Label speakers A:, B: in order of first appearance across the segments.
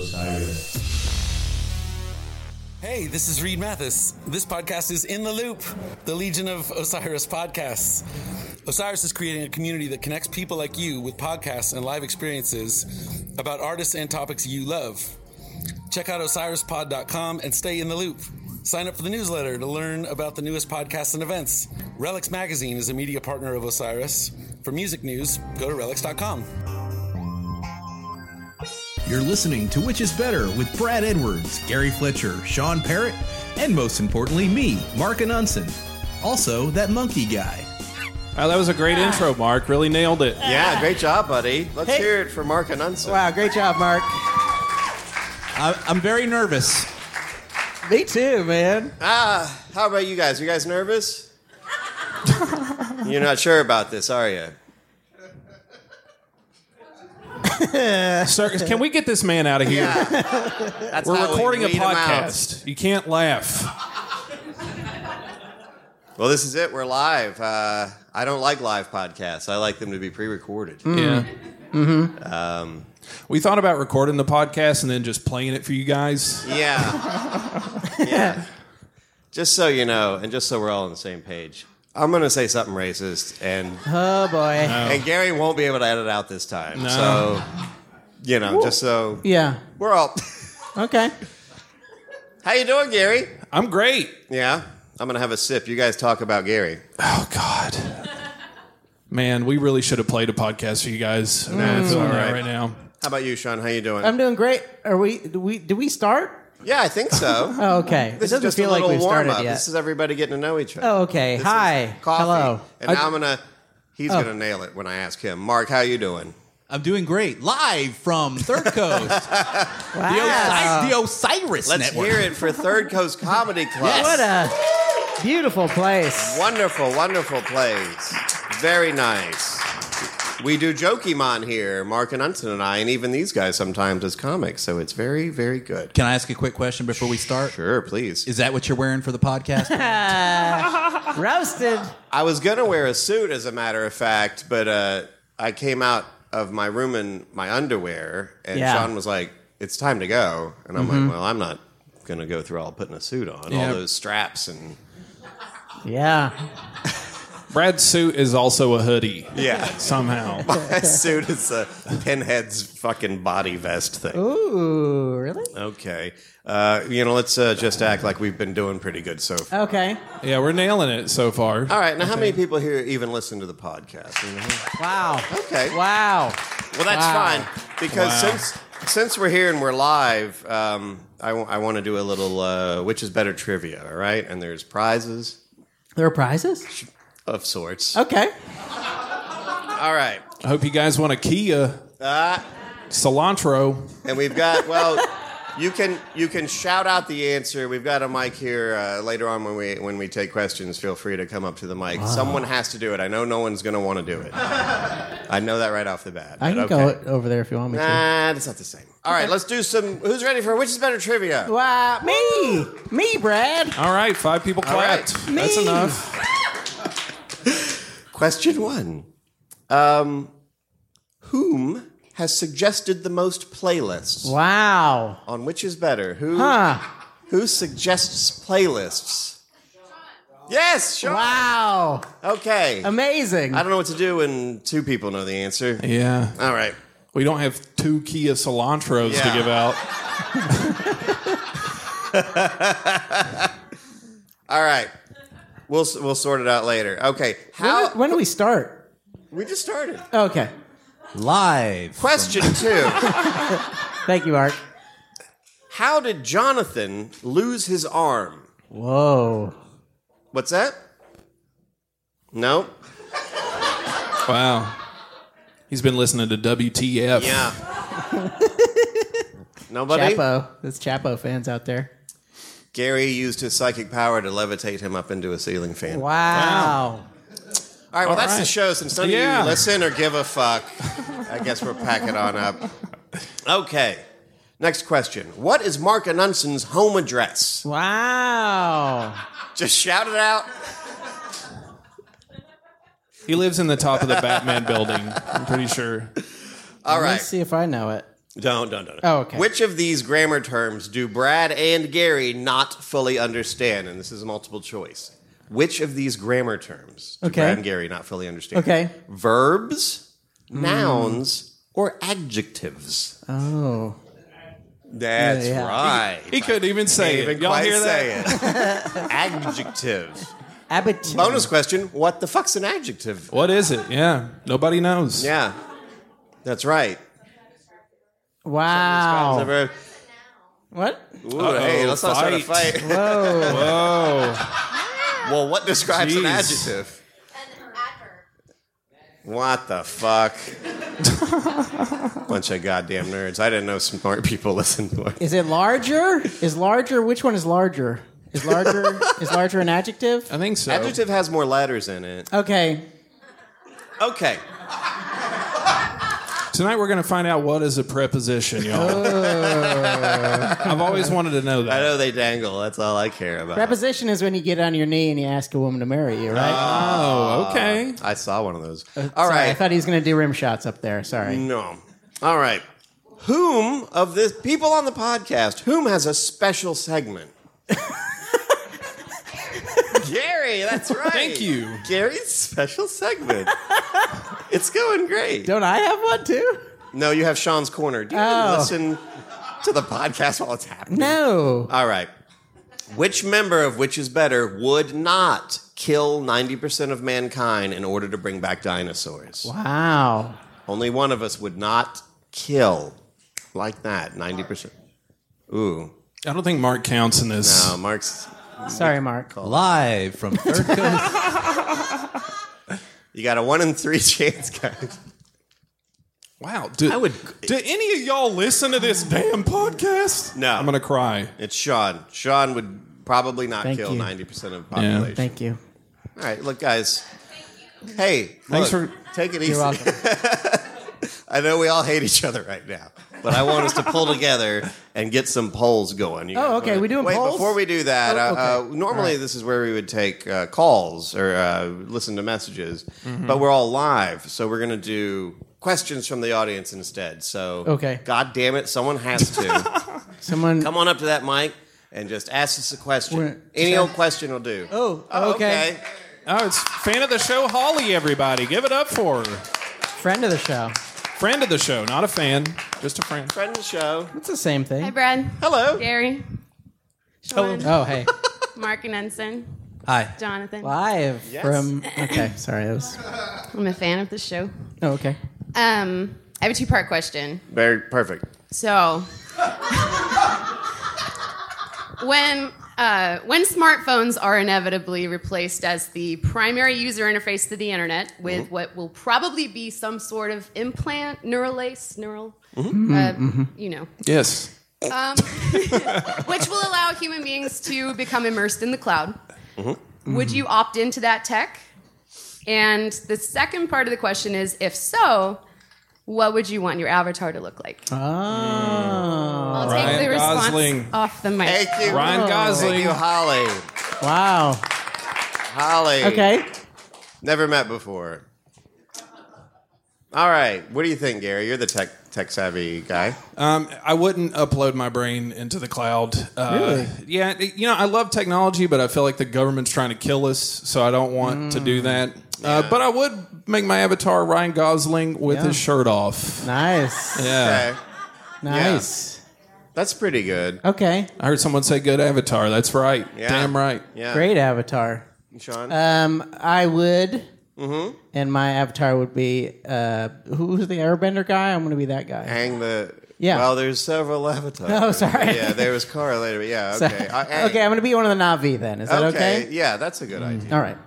A: Osiris.
B: Hey, this is Reed Mathis. This podcast is In the Loop, the Legion of Osiris podcasts. Osiris is creating a community that connects people like you with podcasts and live experiences about artists and topics you love. Check out osirispod.com and stay in the loop. Sign up for the newsletter to learn about the newest podcasts and events. Relics Magazine is a media partner of Osiris. For music news, go to relics.com.
C: You're listening to Which Is Better with Brad Edwards, Gary Fletcher, Sean Parrott, and most importantly, me, Mark Anunson. Also, that monkey guy.
D: Oh, that was a great intro, Mark. Really nailed it.
E: Yeah, great job, buddy. Let's
F: Hey.
E: hear it for Mark Anunson.
F: Wow, Ah, great job, Mark.
C: I, I'm very nervous.
F: Me too, man.
E: Ah, how about you guys? Are you guys nervous? You're not sure about this, are you?
D: Sir, can we get this man out of here?
E: That's
D: We're
E: how we
D: recording a
E: weed 'em out.
D: podcast. You can't laugh.
E: Well, this is it. We're live. Uh, I don't like live podcasts. I like them to be pre-recorded.
D: Yeah. Mm-hmm. Um, we thought about recording the podcast and then just playing it for you guys.
E: Yeah, yeah. Just so you know, and just so we're all on the same page, I'm going to say something racist, and
F: Oh boy.
E: and Gary won't be able to edit out this time.
D: No.
E: So, you know, just so
F: Yeah.
E: we're all.
F: Okay.
E: how you doing, Gary?
D: I'm great.
E: Yeah, I'm gonna have a sip. You guys talk about Gary.
D: Oh God. Man, we really should have played a podcast for you guys. I'm not feeling that
E: Mm. right.
D: right now.
E: How about you, Sean? How you doing?
F: I'm doing great. Are we? Do we? Do we start?
E: yeah, I think so.
F: Oh,
E: this
F: okay. it
E: is
F: doesn't
E: just a
F: feel like
E: little
F: we've
E: warm
F: started
E: up.
F: yet.
E: This is everybody getting to know each other.
F: oh, okay.
E: This is
F: Hi.
E: coffee.
F: Hello. Oh.
E: And now I'm gonna. He's gonna nail it when I ask him. Mark, how you doing?
G: I'm doing great. Live from Third Coast,
F: Wow.
G: Osi- the Osiris
E: Let's
G: Network.
E: hear it for Third Coast Comedy Club.
F: What a beautiful place.
E: Wonderful, wonderful place. Very nice. We do Jokemon here, Mark and Unson and I, and even these guys sometimes as comics. So it's very, very good.
G: Can I ask a quick question before we start?
E: Sure, please.
G: Is that what you're wearing for the podcast?
F: Roasted.
E: I was gonna wear a suit, as a matter of fact, but uh, I came out of my room in my underwear, and
F: Yeah. Mm-hmm.
E: Sean was like, "It's time to go," and I'm like, "Well, I'm not gonna go through all putting a suit on,
D: Yeah.
E: all those straps, and
F: Yeah.
D: Brad's suit is also a hoodie.
E: yeah,
D: Somehow.
E: my suit is a pinhead's fucking body vest thing."
F: Ooh. Really?
E: Okay, uh, you know, let's uh, just act like we've been doing pretty good so far.
F: Okay.
D: Yeah, we're nailing it so far.
E: All right, now how many people here even listen to the podcast? You
F: Mm-hmm.
E: know?
F: Wow.
E: Okay.
F: Wow.
E: Well, that's
F: Wow.
E: fine because
D: Wow.
E: since since we're here and we're live, um, I, w- I want to do a little uh, which is better trivia. All right, and there's prizes
F: There are prizes.
E: of sorts.
F: Okay.
E: All right,
D: I hope you guys want a Kia.
E: Uh.
D: Cilantro.
E: and we've got well. You can you can shout out the answer. We've got a mic here uh, later on when we when we take questions. Feel free to come up to the mic. Someone has to do it. I know no one's going to want to do it. I know that right off the bat.
F: I can
E: but okay.
F: go over there if you want me to.
E: Nah, it's not the same. All right, let's do some. Who's ready for which is better trivia?
F: Wow. Me. Me, Brad.
D: All right, five people
E: All right.
D: clapped. That's
F: Me.
D: enough.
E: Question one. Um, whom has suggested the most playlists?
F: Wow.
E: On which is better? Who
F: Huh.
E: who suggests playlists? Yes, sure.
F: Wow. Um,
E: Okay.
F: Amazing.
E: I don't know what to do when two people know the answer.
D: Yeah.
E: All right.
D: We don't have two Kia cilantros
E: Yeah.
D: to give out.
E: All right. We'll s- we'll sort it out later. Okay.
F: When
E: How
F: do- when do we start?
E: we just started.
F: Okay.
G: Live.
E: Question 2.
F: Thank you, Art.
E: How did Jonathan lose his arm?
F: Whoa.
E: What's that? No.
D: Wow. He's been listening to WTF.
E: Yeah. Nobody?
F: Chapo. There's Chapo fans out there.
E: Gary used his psychic power to levitate him up into a ceiling fan. All
F: Wow.
E: right, well, that's
D: right.
E: the show. Since none
D: Yeah.
E: of you listen or give a fuck, I guess we're packing on up. Okay. Next question. What is Mark Anunson's home address?
F: Wow.
E: Just shout it out.
D: He lives in the top of the Batman building, I'm pretty sure.
E: All right.
F: Let's see if I know it.
E: Don't, don't, don't. don't.
F: Oh, okay.
E: Which of these grammar terms do Brad and Gary not fully understand? And this is multiple choice. Which of these grammar terms do
F: Okay.
E: Brad and Gary not fully understand?
F: Okay. Hmm.
E: Verbs, nouns, or adjectives?
F: Oh.
E: That's
F: Yeah, yeah.
E: right.
D: He couldn't even say
E: Even
D: it. Y'all
E: quite
D: hear that?
E: say it. adjectives.
F: Abbott.
E: Bonus question What the fuck's an adjective?
D: What is it? Yeah, nobody knows.
E: Yeah. That's right.
F: Wow.
E: Never-
F: What?
E: Ooh, hey, let's not start a
D: fight.
E: fight.
F: Whoa.
D: Whoa.
E: Well, what describes an
D: Jeez.
E: adjective?
A: An adverb.
E: What the fuck? Bunch of goddamn nerds. I didn't know smart people listened to it.
F: Is it larger? Is larger? Which one is larger? Is larger? is larger an adjective?
D: I think so.
E: Adjective has more letters in it.
F: Okay.
E: Okay.
D: Tonight we're going to find out what is a preposition, y'all. I've always wanted to know
E: I
D: that.
E: know they dangle. That's all I care about.
F: Preposition is when you get on your knee and you ask a woman to marry you, right?
D: Oh, okay.
E: I saw one of those.
F: All right.
E: All
F: I
E: right.
F: thought he was going to do rim shots up there. Sorry.
E: No. All right. Whom of this people on the podcast, whom has a special segment? Gary, that's right.
D: Thank you.
E: Gary's special segment. it's going great.
F: Don't I have one too?
E: No, you have Sean's corner. Do you even
F: Oh.
E: listen to the podcast while it's happening?
F: No.
E: All right. Which member of Which is Better would not kill 90% of mankind in order to bring back dinosaurs?
F: Wow.
E: Only one of us would not kill like that, 90%. Ooh.
D: I don't think Mark counts in this.
E: No, Mark's.
F: Sorry, Mark.
G: Live from Third Coast.
E: You got a one in three chance, guys.
D: Wow. Do,
G: I would-
D: do any of y'all listen to this damn podcast?
E: No.
D: I'm going to cry.
E: It's Sean. Sean would probably not
F: Thank
E: kill
F: you.
E: 90% of the population.
F: Thank you.
E: All right, look, guys. Hey,
D: Thanks
E: look,
D: for-
E: take it easy.
F: You're welcome.
E: I know we all hate each other right now, but I want us to pull together and get some polls going. You
F: Oh,
E: guys
F: okay.
E: wanna-
F: We doing
E: Wait,
F: polls?
E: before we do that,
F: Oh,
E: uh, uh,
F: okay.
E: normally this is where we would take uh, calls or uh, listen to messages,
F: Mm-hmm.
E: but we're all live, so we're going to do questions from the audience instead. So,
F: Okay.
E: God damn it, someone has to
F: Someone.
E: come on up to that mic and just ask us a question.
F: We're-
E: Any old question will do.
F: Oh, okay.
D: Oh, it's fan of the show, Holly, everybody. Give it up for her.
F: Friend of the show.
D: Friend of the show, not a fan, just a friend.
E: Friend of the show.
F: It's the same thing.
A: Hi, Brad.
E: Hello.
A: Gary. Sean.
F: Oh, hey.
A: Mark and Ensign.
G: Hi.
A: Jonathan.
F: Live from. Okay. Sorry. That was.
A: I'm a fan of the show.
F: Oh, okay.
A: Um, I have a two part question.
E: Very perfect.
A: So, when uh, when smartphones are inevitably replaced as the primary user interface to the internet, with what will probably be some sort of implant, neural lace, neural, uh, you know,
D: Yes.
A: which will allow human beings to become immersed in the cloud. Would you opt into that tech? And the second part of the question is if so, what would you want your avatar to look like? Oh.
H: Mm.
A: I'll take
D: Ryan
A: the response
D: Gosling.
A: off the mic.
E: Thank you.
D: Ryan
E: Oh, Thank
D: Gosling.
E: you, Holly.
F: Wow.
E: Holly.
F: Okay.
E: Never met before. All right. What do you think, Gary? You're the tech tech savvy guy.
D: Um, I wouldn't upload my brain into the cloud. Uh, Yeah, you know, I love technology, but I feel like the government's trying to kill us, so I don't want to
E: Mm.
D: do that. Uh, but I would make my avatar Ryan Gosling with
F: Yeah.
D: his shirt off.
F: Nice.
D: Yeah.
E: Okay.
F: Nice.
E: That's pretty good.
F: Okay.
D: I heard someone say good avatar. That's right.
E: Yeah.
D: Damn right.
E: Yeah.
F: Great avatar.
E: Sean?
F: Um, I would.
E: Mm-hmm.
F: And my avatar would be uh, who's the Airbender guy? I'm going to be that guy.
E: Hang the.
F: yeah.
E: Well, there's several avatars.
F: Oh, sorry.
E: Yeah, there was Kara later, but yeah, okay. I- hang.
F: okay, I'm going to be one of the Navi then. Is that okay?
E: Yeah, that's a good idea.
F: All right.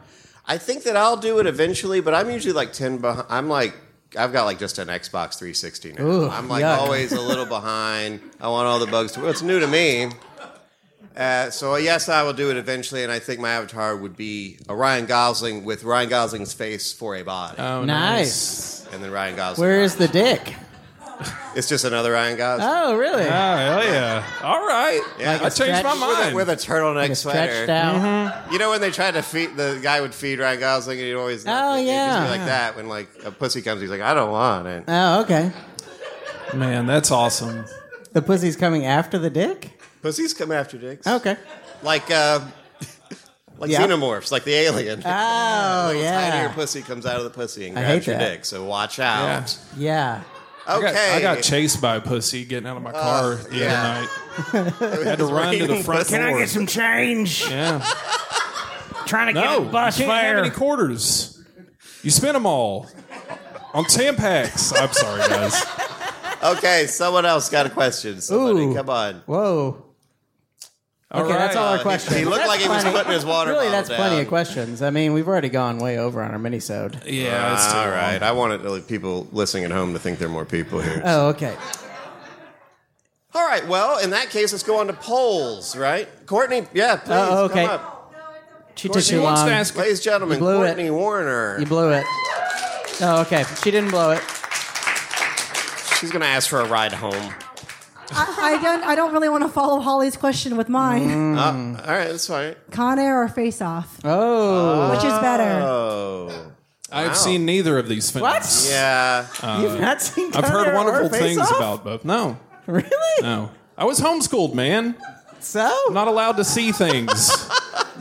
E: I think that I'll do it eventually, but I'm usually like 10 behind. I'm like, I've got like just an Xbox 360 now.
F: Ooh,
E: I'm like
F: yuck.
E: always a little behind. I want all the bugs to. Well, it's new to me. Uh, so yes, I will do it eventually, and I think my avatar would be a Ryan Gosling with Ryan Gosling's face for a body,
D: Oh,
F: nice.
E: and then Ryan Gosling.
F: Where is the dick?
E: It's just another Ryan Gosling
F: Oh, really?
E: Ah.
D: Oh, hell yeah. All right.
E: Yeah. Like a
D: I changed my
F: stretch-
E: with,
D: mind.
E: a, with a turtleneck
F: Like
E: sweater.
F: stretched out.
E: You know when they tried to feed the guy would feed Ryan Gosling, and he'd always
F: Oh,
E: he'd just
F: yeah.
E: be like that when like a pussy comes, he's like, I don't want it.
F: Oh, okay.
D: Man, that's awesome.
F: The pussy's coming after the dick?
E: Pussies come after dicks.
F: Okay.
E: Like uh, like
F: Oh. Yeah.
E: xenomorphs, like the alien.
F: Oh,
E: Tinier
F: yeah.
E: pussy comes out of the pussy and
F: I
E: grabs
F: hate
E: your
F: that.
E: dick. So watch out.
F: Yeah.
E: Okay. Uh,
D: I got, I got chased by a pussy getting out of my car the
E: yeah.
D: other night. Had to run to the front
E: Can
D: door.
I: Can I get some change?
D: yeah.
I: Trying to
D: No,
I: get a bus
D: you can't have
I: fare.
D: any quarters. You spent them all on Tampax. I'm sorry, guys.
E: okay, someone else got a question. Somebody,
F: Ooh.
E: come on.
F: Whoa.
D: All
F: Okay, that's all our
D: right.
F: questions.
E: He looked
F: That's
E: like he was
F: plenty.
E: putting his water
F: Really,
E: bottle
F: that's plenty
E: down.
F: of questions. I mean, we've already gone way over on our minisode.
D: Yeah, that's too
E: All
D: long.
E: right. I wanted uh, people listening at home to think there are more people here.
F: Oh, okay.
E: All right. Well, in that case, let's go on to polls, right? Courtney, yeah, please.
F: Oh, okay.
E: Come up.
F: She took
D: She
F: too
D: wants
F: long.
D: to ask.
E: Ladies and gentlemen,
F: You blew it.
E: Courtney Warner.
F: You blew it. Oh, okay. She didn't blow it.
E: She's going to ask for a ride home.
F: Mm.
H: Uh, I, I don't. I don't really want to follow Holly's question with mine.
E: Uh, all right. That's fine.
H: Con Air or Face Off,
F: Oh,
H: which is better?
E: Oh.
D: I've seen neither of these films.
F: What?
E: Yeah.
D: Uh,
F: you've not seen.
D: I've
F: Con
D: heard
F: Air or
D: wonderful
F: Face
D: things
F: Off?
D: about both. No,
F: Really?
D: no. I was homeschooled, man.
F: So
D: Not allowed to see things.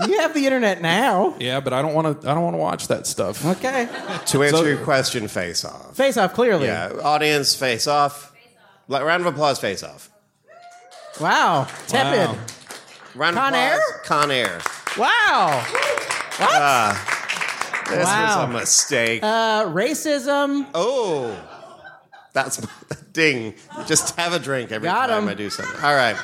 F: you have the internet now.
D: yeah, but I don't want to. I don't want to watch that stuff.
F: Okay.
E: to answer
D: So-
E: your question, face off.
F: Face off clearly.
E: Yeah. Audience, face off. Like, round of applause, face off.
F: Wow. Tepid.
D: Wow.
E: Round of
F: Con
E: applause.
F: Air?
E: Con Air.
F: Wow. What?
E: Ah. This
F: Wow.
E: was a mistake.
F: Uh, racism.
E: oh. That's ding. Just have a drink every
F: Got
E: time
F: him.
E: I do something. All right.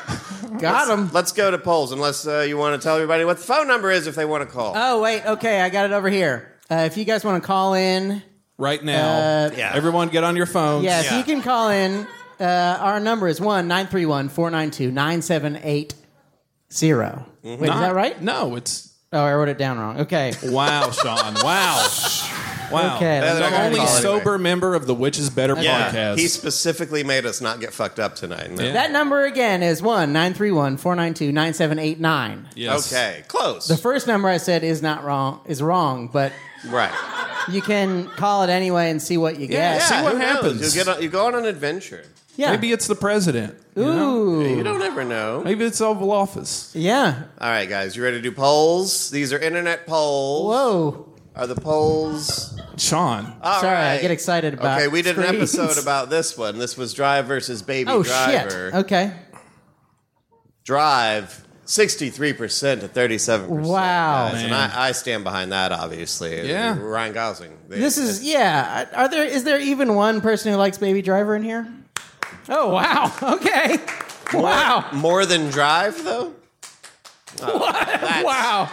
F: Got him.
E: Let's go to polls, unless uh, you want to tell everybody what the phone number is if they want to call.
F: Oh wait. Okay, I got it over here. Uh, if you guys want to call in,
D: Right now,
F: Uh,
E: Yeah.
D: everyone get on your phones.
F: yes,
E: Yeah.
F: you can call in. Uh, our number is one nine three one four nine two nine seven eight zero.
D: Mm-hmm.
F: Wait, is that right?
D: No, it's
F: Oh, I wrote it down wrong. Okay.
D: wow, Sean. Wow, wow.
F: Okay,
E: they're
D: I'm
E: gonna
D: only
E: call anyway.
D: sober member of the Witch is Better
E: yeah.
D: podcast.
E: He specifically made us not get fucked up tonight. No.
D: Yeah.
F: That number again is one nine three one four nine two nine seven eight nine.
D: Yes.
E: Okay. Close.
F: The first number I said is not wrong is wrong, but
E: right.
F: you can call it anyway and see what you
D: Yeah,
F: get.
D: see what
E: who knows?
D: happens.
E: You, get on, you go on an adventure.
F: Yeah.
D: Maybe it's the president. you know?
F: Ooh.
E: You don't ever know.
F: Hmm.
D: Maybe it's Oval Office.
F: Yeah.
E: All right, guys, you ready to do polls? These are internet polls.
F: Whoa.
E: Are the polls?
D: Sean.
E: All
F: Sorry, I
E: right.
F: get excited about.
E: Okay, we did an
F: screens.
E: episode about this one. This was Drive versus Baby
F: Oh
E: Driver.
F: shit. Okay.
E: Drive, sixty-three percent to thirty-seven percent.
F: Wow.
E: and I, I stand behind that, obviously.
D: Yeah.
E: Ryan Gosling.
F: This is yeah. Are there is there even one person who likes Baby Driver in here? Oh wow. Okay. Wow.
E: more than Drive, though. Oh, That's
F: Wow.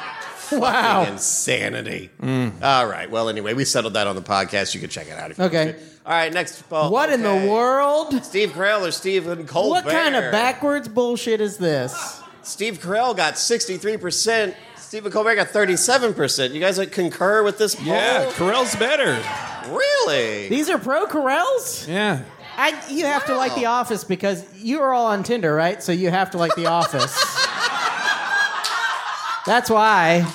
F: Wow.
E: Insanity.
F: Mm.
E: All right. Well, anyway, we settled that on the podcast. You can check it out. If you
F: Okay.
E: want to. All right. Next poll.
F: What in
E: Okay.
F: the world?
E: Steve Carell or Stephen Colbert?
F: What kind of backwards bullshit is this?
E: Steve Carell got 63%. Stephen Colbert got 37%. You guys like, concur with this poll?
D: Yeah, Carell's better.
E: Really?
F: These are pro Corels?
D: Yeah.
F: I, you have to like The Office because you are all on Tinder, right? So you have to like The Office. That's why.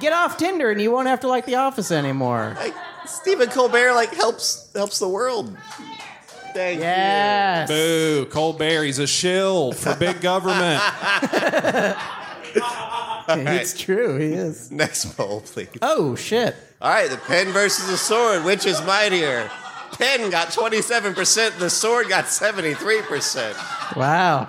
F: Get off Tinder and you won't have to like The Office anymore.
E: Like, Stephen Colbert like helps helps the world. Thank
F: Yes.
D: Boo. Colbert, he's a shill for big government.
F: It's true. He is.
E: you. Next poll, please.
F: Oh, shit.
E: All right, the pen versus the sword. Which is mightier? Pen got 27%. The sword got 73%.
F: Wow.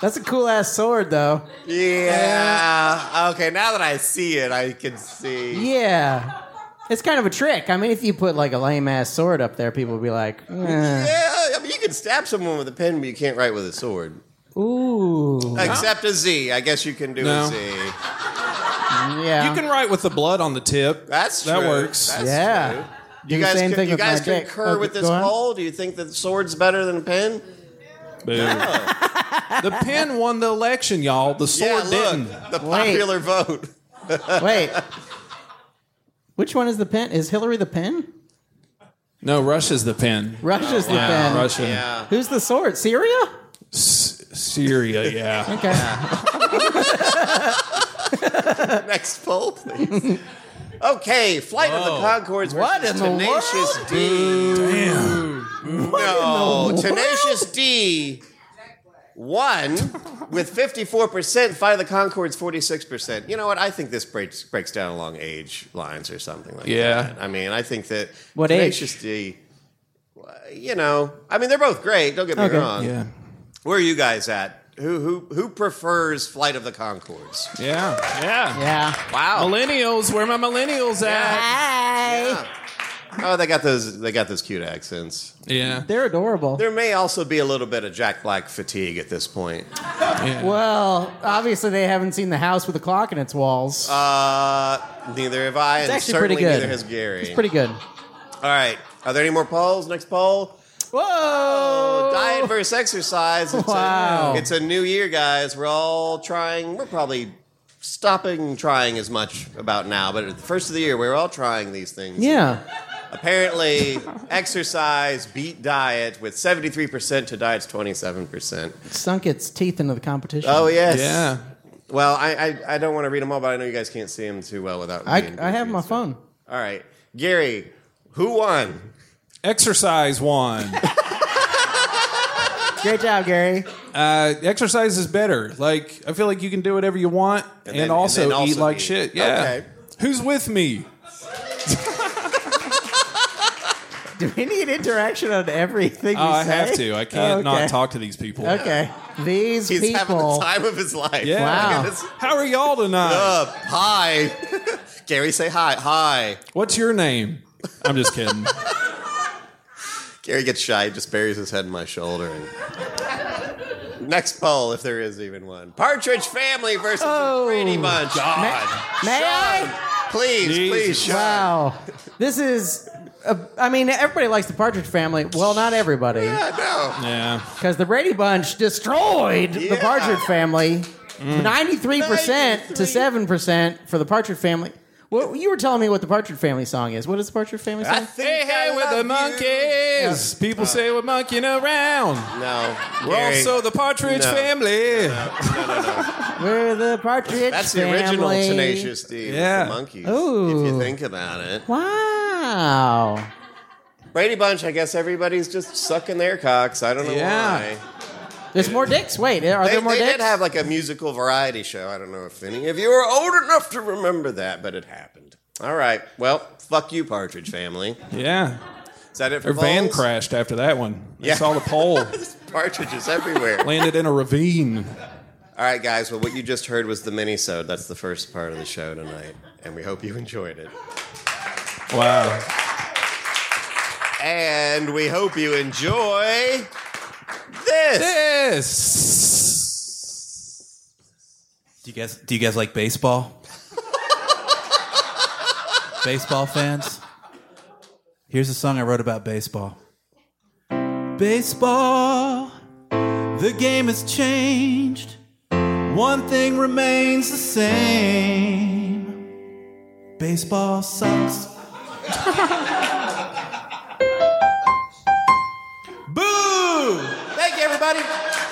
F: That's a cool ass sword, though.
E: Yeah. Okay, now that I see it, I can see.
F: Yeah. It's kind of a trick. I mean, if you put like a lame ass sword up there, people would be like, eh.
E: Yeah, I mean, you can stab someone with a pen, but you can't write with a sword.
F: ooh.
E: Except a Z. I guess you can do
D: No.
E: a Z.
F: Yeah.
D: You can write with the blood on the tip.
E: That's true.
D: That works.
E: That's
F: yeah.
E: true.
F: Do
E: You
F: the
E: guys,
F: same
E: con-
F: thing
E: you
F: with my
E: guys
F: dick.
E: concur
F: Oh,
E: with
F: go
E: this
F: on.
E: poll? Do you think that the sword's better than a pen?
D: Boo. The pen won the election, y'all. The sword
E: yeah,
D: didn't.
E: look, the
F: Wait.
E: popular vote.
F: Wait. Which one is the pen? Is Hillary the pen?
D: No, Russia's the pen.
F: Russia's the
D: Yeah,
F: pen.
D: Russia.
E: Yeah.
F: Who's the sword? Syria?
D: S- Syria, yeah.
F: Okay.
E: Next poll, please. Okay, Flight of the Concords
F: What
E: versus
F: in the
E: Tenacious D. No, Tenacious D won with 54%, Flight of the Concords 46%. You know what? I think this breaks, breaks down along age lines or something like
D: Yeah.
E: that. I mean, I think that
F: What age?
E: Tenacious D, uh, you know, I mean, they're both great. Don't get me
F: Okay.
E: wrong.
D: Yeah.
E: Where are you guys at? Who, who, who prefers Flight of the Concords?
D: Yeah. Yeah.
F: Yeah.
E: Wow.
D: Millennials, where are my millennials at?
E: Yeah. Oh, they got those. They got those cute accents.
D: Yeah.
F: They're adorable.
E: There may also be a little bit of Jack Black fatigue at this point.
F: well, obviously they haven't seen the house with the clock in its walls.
E: Uh, neither have I,
F: it's
E: and
F: actually
E: certainly
F: pretty good.
E: neither has Gary.
F: It's pretty good.
E: All right. Are there any more polls? Next poll.
F: Whoa!
E: Oh, diet versus exercise. It's
F: Wow.
E: A, it's a new year, guys. We're all trying. We're probably stopping trying as much about now, but at the first of the year, we were all trying these things.
F: Yeah.
E: Apparently, exercise beat diet with 73% to diet's 27%.
F: Sunk its teeth into the competition.
E: Oh, yes.
D: Yeah.
E: Well, I, I, I don't want to read them all, but I know you guys can't see them too well without me
F: I,
E: being
F: I have
E: goofy,
F: my
E: so-
F: phone.
E: All right. Gary, who won?
D: Exercise one.
F: Great job, Gary.
D: Uh, exercise is better. Like I feel like you can do whatever you want and,
E: then-
D: also,
E: and then
D: eat
E: also
D: like
E: eat.
D: shit. Yeah.
E: Okay.
D: Who's with me?
F: Do we need interaction on everything?
D: Oh,
F: you
D: I
F: say?
D: have to. I can't
F: Okay.
D: not talk to these people.
F: Okay. These
E: He's having the
F: people.
E: time of his life.
D: Yeah.
F: Wow.
E: Look at this.
D: How are y'all tonight?
E: Up. Hi. Gary, say hi. Hi.
D: What's your name? I'm just kidding.
E: Gary gets shy, just buries his head in my shoulder. And... Next poll, if there is even one. Partridge Family versus
F: Oh,
E: the Brady Bunch.
F: May I?
E: Please, please,
D: Jesus.
E: Sean.
F: Wow. This is. uh, I mean, everybody likes the Partridge Family. Well, not everybody,
E: No.
D: Yeah.
F: because the Brady Bunch destroyed the
E: Yeah.
F: Partridge Family, ninety-three percent to
E: 93.
F: seven percent for the Partridge Family. Well, you were telling me what the Partridge Family song is. What is the Partridge Family
E: I
F: song?
E: think I love you.
D: monkeys. People say we're monkeying around.
E: No.
D: We're
E: Gary.
D: also the Partridge
E: No.
D: Family.
F: We're the Partridge
E: That's the
F: Family.
E: original Tenacious D with
D: Yeah.
E: the monkeys.
F: Ooh.
E: If you think about it.
F: Wow.
E: Brady Bunch, I guess everybody's just sucking their cocks. I don't know
D: Yeah.
E: why.
F: There's more dicks. Wait, are
E: They,
F: there more
E: they
F: dicks?
E: did have like a musical variety show. I don't know if any of you are old enough to remember that, but it happened. All right. Well, fuck you, Partridge Family.
D: Yeah.
E: Is that it for
D: Their van
E: polls?
D: crashed after that one. They
E: Yeah.
D: saw the pole.
E: Partridges everywhere. All
D: Landed in a ravine.
E: right, guys. Well, what you just heard was the mini-sode. That's the first part of the show tonight, and we hope you enjoyed it.
D: Wow.
E: And we hope you enjoy this.
D: This.
G: Do you guys do you guys like baseball? baseball fans? Here's a song I wrote about baseball. Baseball, the game has changed. One thing remains the same. Baseball sucks. Boo!
E: Thank you, everybody.